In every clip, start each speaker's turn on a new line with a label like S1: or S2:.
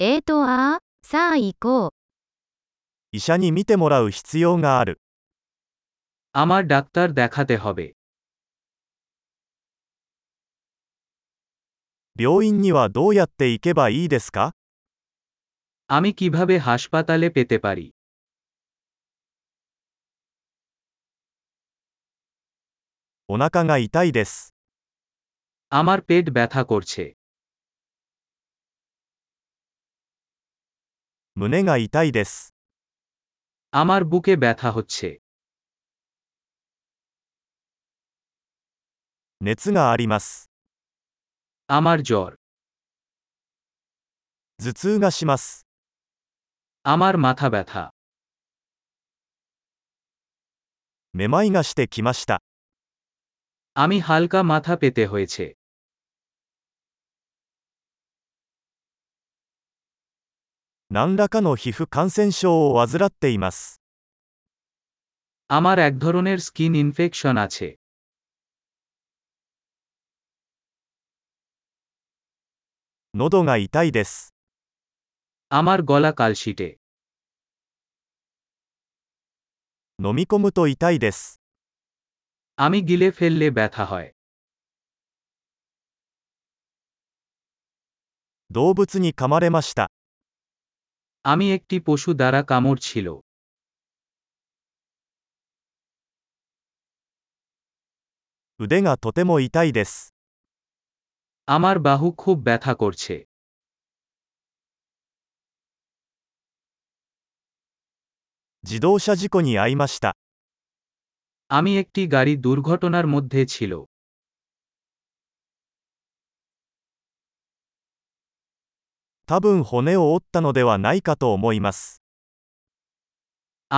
S1: えーとあー、さあ行こう。
S2: 医者に診てもらう必要がある。
S3: আমার ডাক্তার দেখাতে হবে
S2: 病院にはどうやって行けばいいですか
S3: আমি কিভাবে হাসপাতালে পেতে পারি
S2: お腹が痛いです。
S3: আমার পেট ব্যথা করছে
S2: 胸が痛いです。
S3: আমার বুকে ব্যথা হচ্ছে
S2: 熱があります。
S3: আমার জ্বর
S2: 頭痛がします。
S3: আমার মাথা ব্যথা
S2: めまいがしてきました。
S3: আমি হালকা মাথা পেতে হয়েছে
S2: 何らかの皮膚感染症を患っています。
S3: আমার এক ধরনের স্কিন ইনফেকশন আছে
S2: 喉が痛いです。
S3: আমার গলা কালশিটে
S2: 飲み込むと痛いです。
S3: আমি গিলে ফেললে ব্যথা হয়
S2: 動物に噛まれました。
S3: আমি একটি পশু দ্বারা কামড় ছিল
S2: 腕がとても痛いです。
S3: আমার বাহু খুব ব্যথা করছে
S2: 自動車事故に遭いました。
S3: আমি একটি গাড়ি দুর্ঘটনার মধ্যে ছিল
S2: 多分骨を折ったのではないかと思います。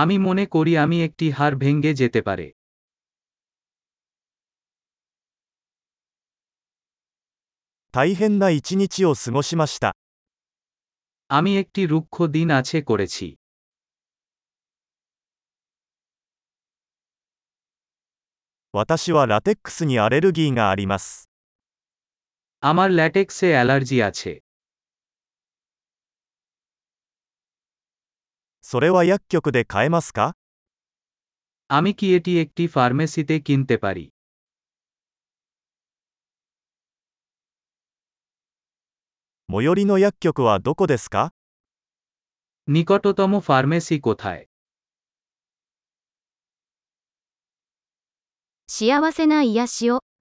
S3: আমি মনে করি আমি একটি হাড় ভেঙে যেতে পারে
S2: 大変な一日を過ごしました。
S3: আমি একটি রুক্ষ দিন আছে করেছি
S2: 私はラテックスにアレルギーがあります。
S3: আমার ল্যাটেক্সে অ্যালার্জি আছে
S2: それは薬局で買えますか
S3: আমি কি এটি একটি ফার্মেসিতে কিনতে পারি
S2: 最寄りの薬局はどこですか
S3: নিকটতম ফার্মেসি কোথায়
S1: 幸せな癒しを。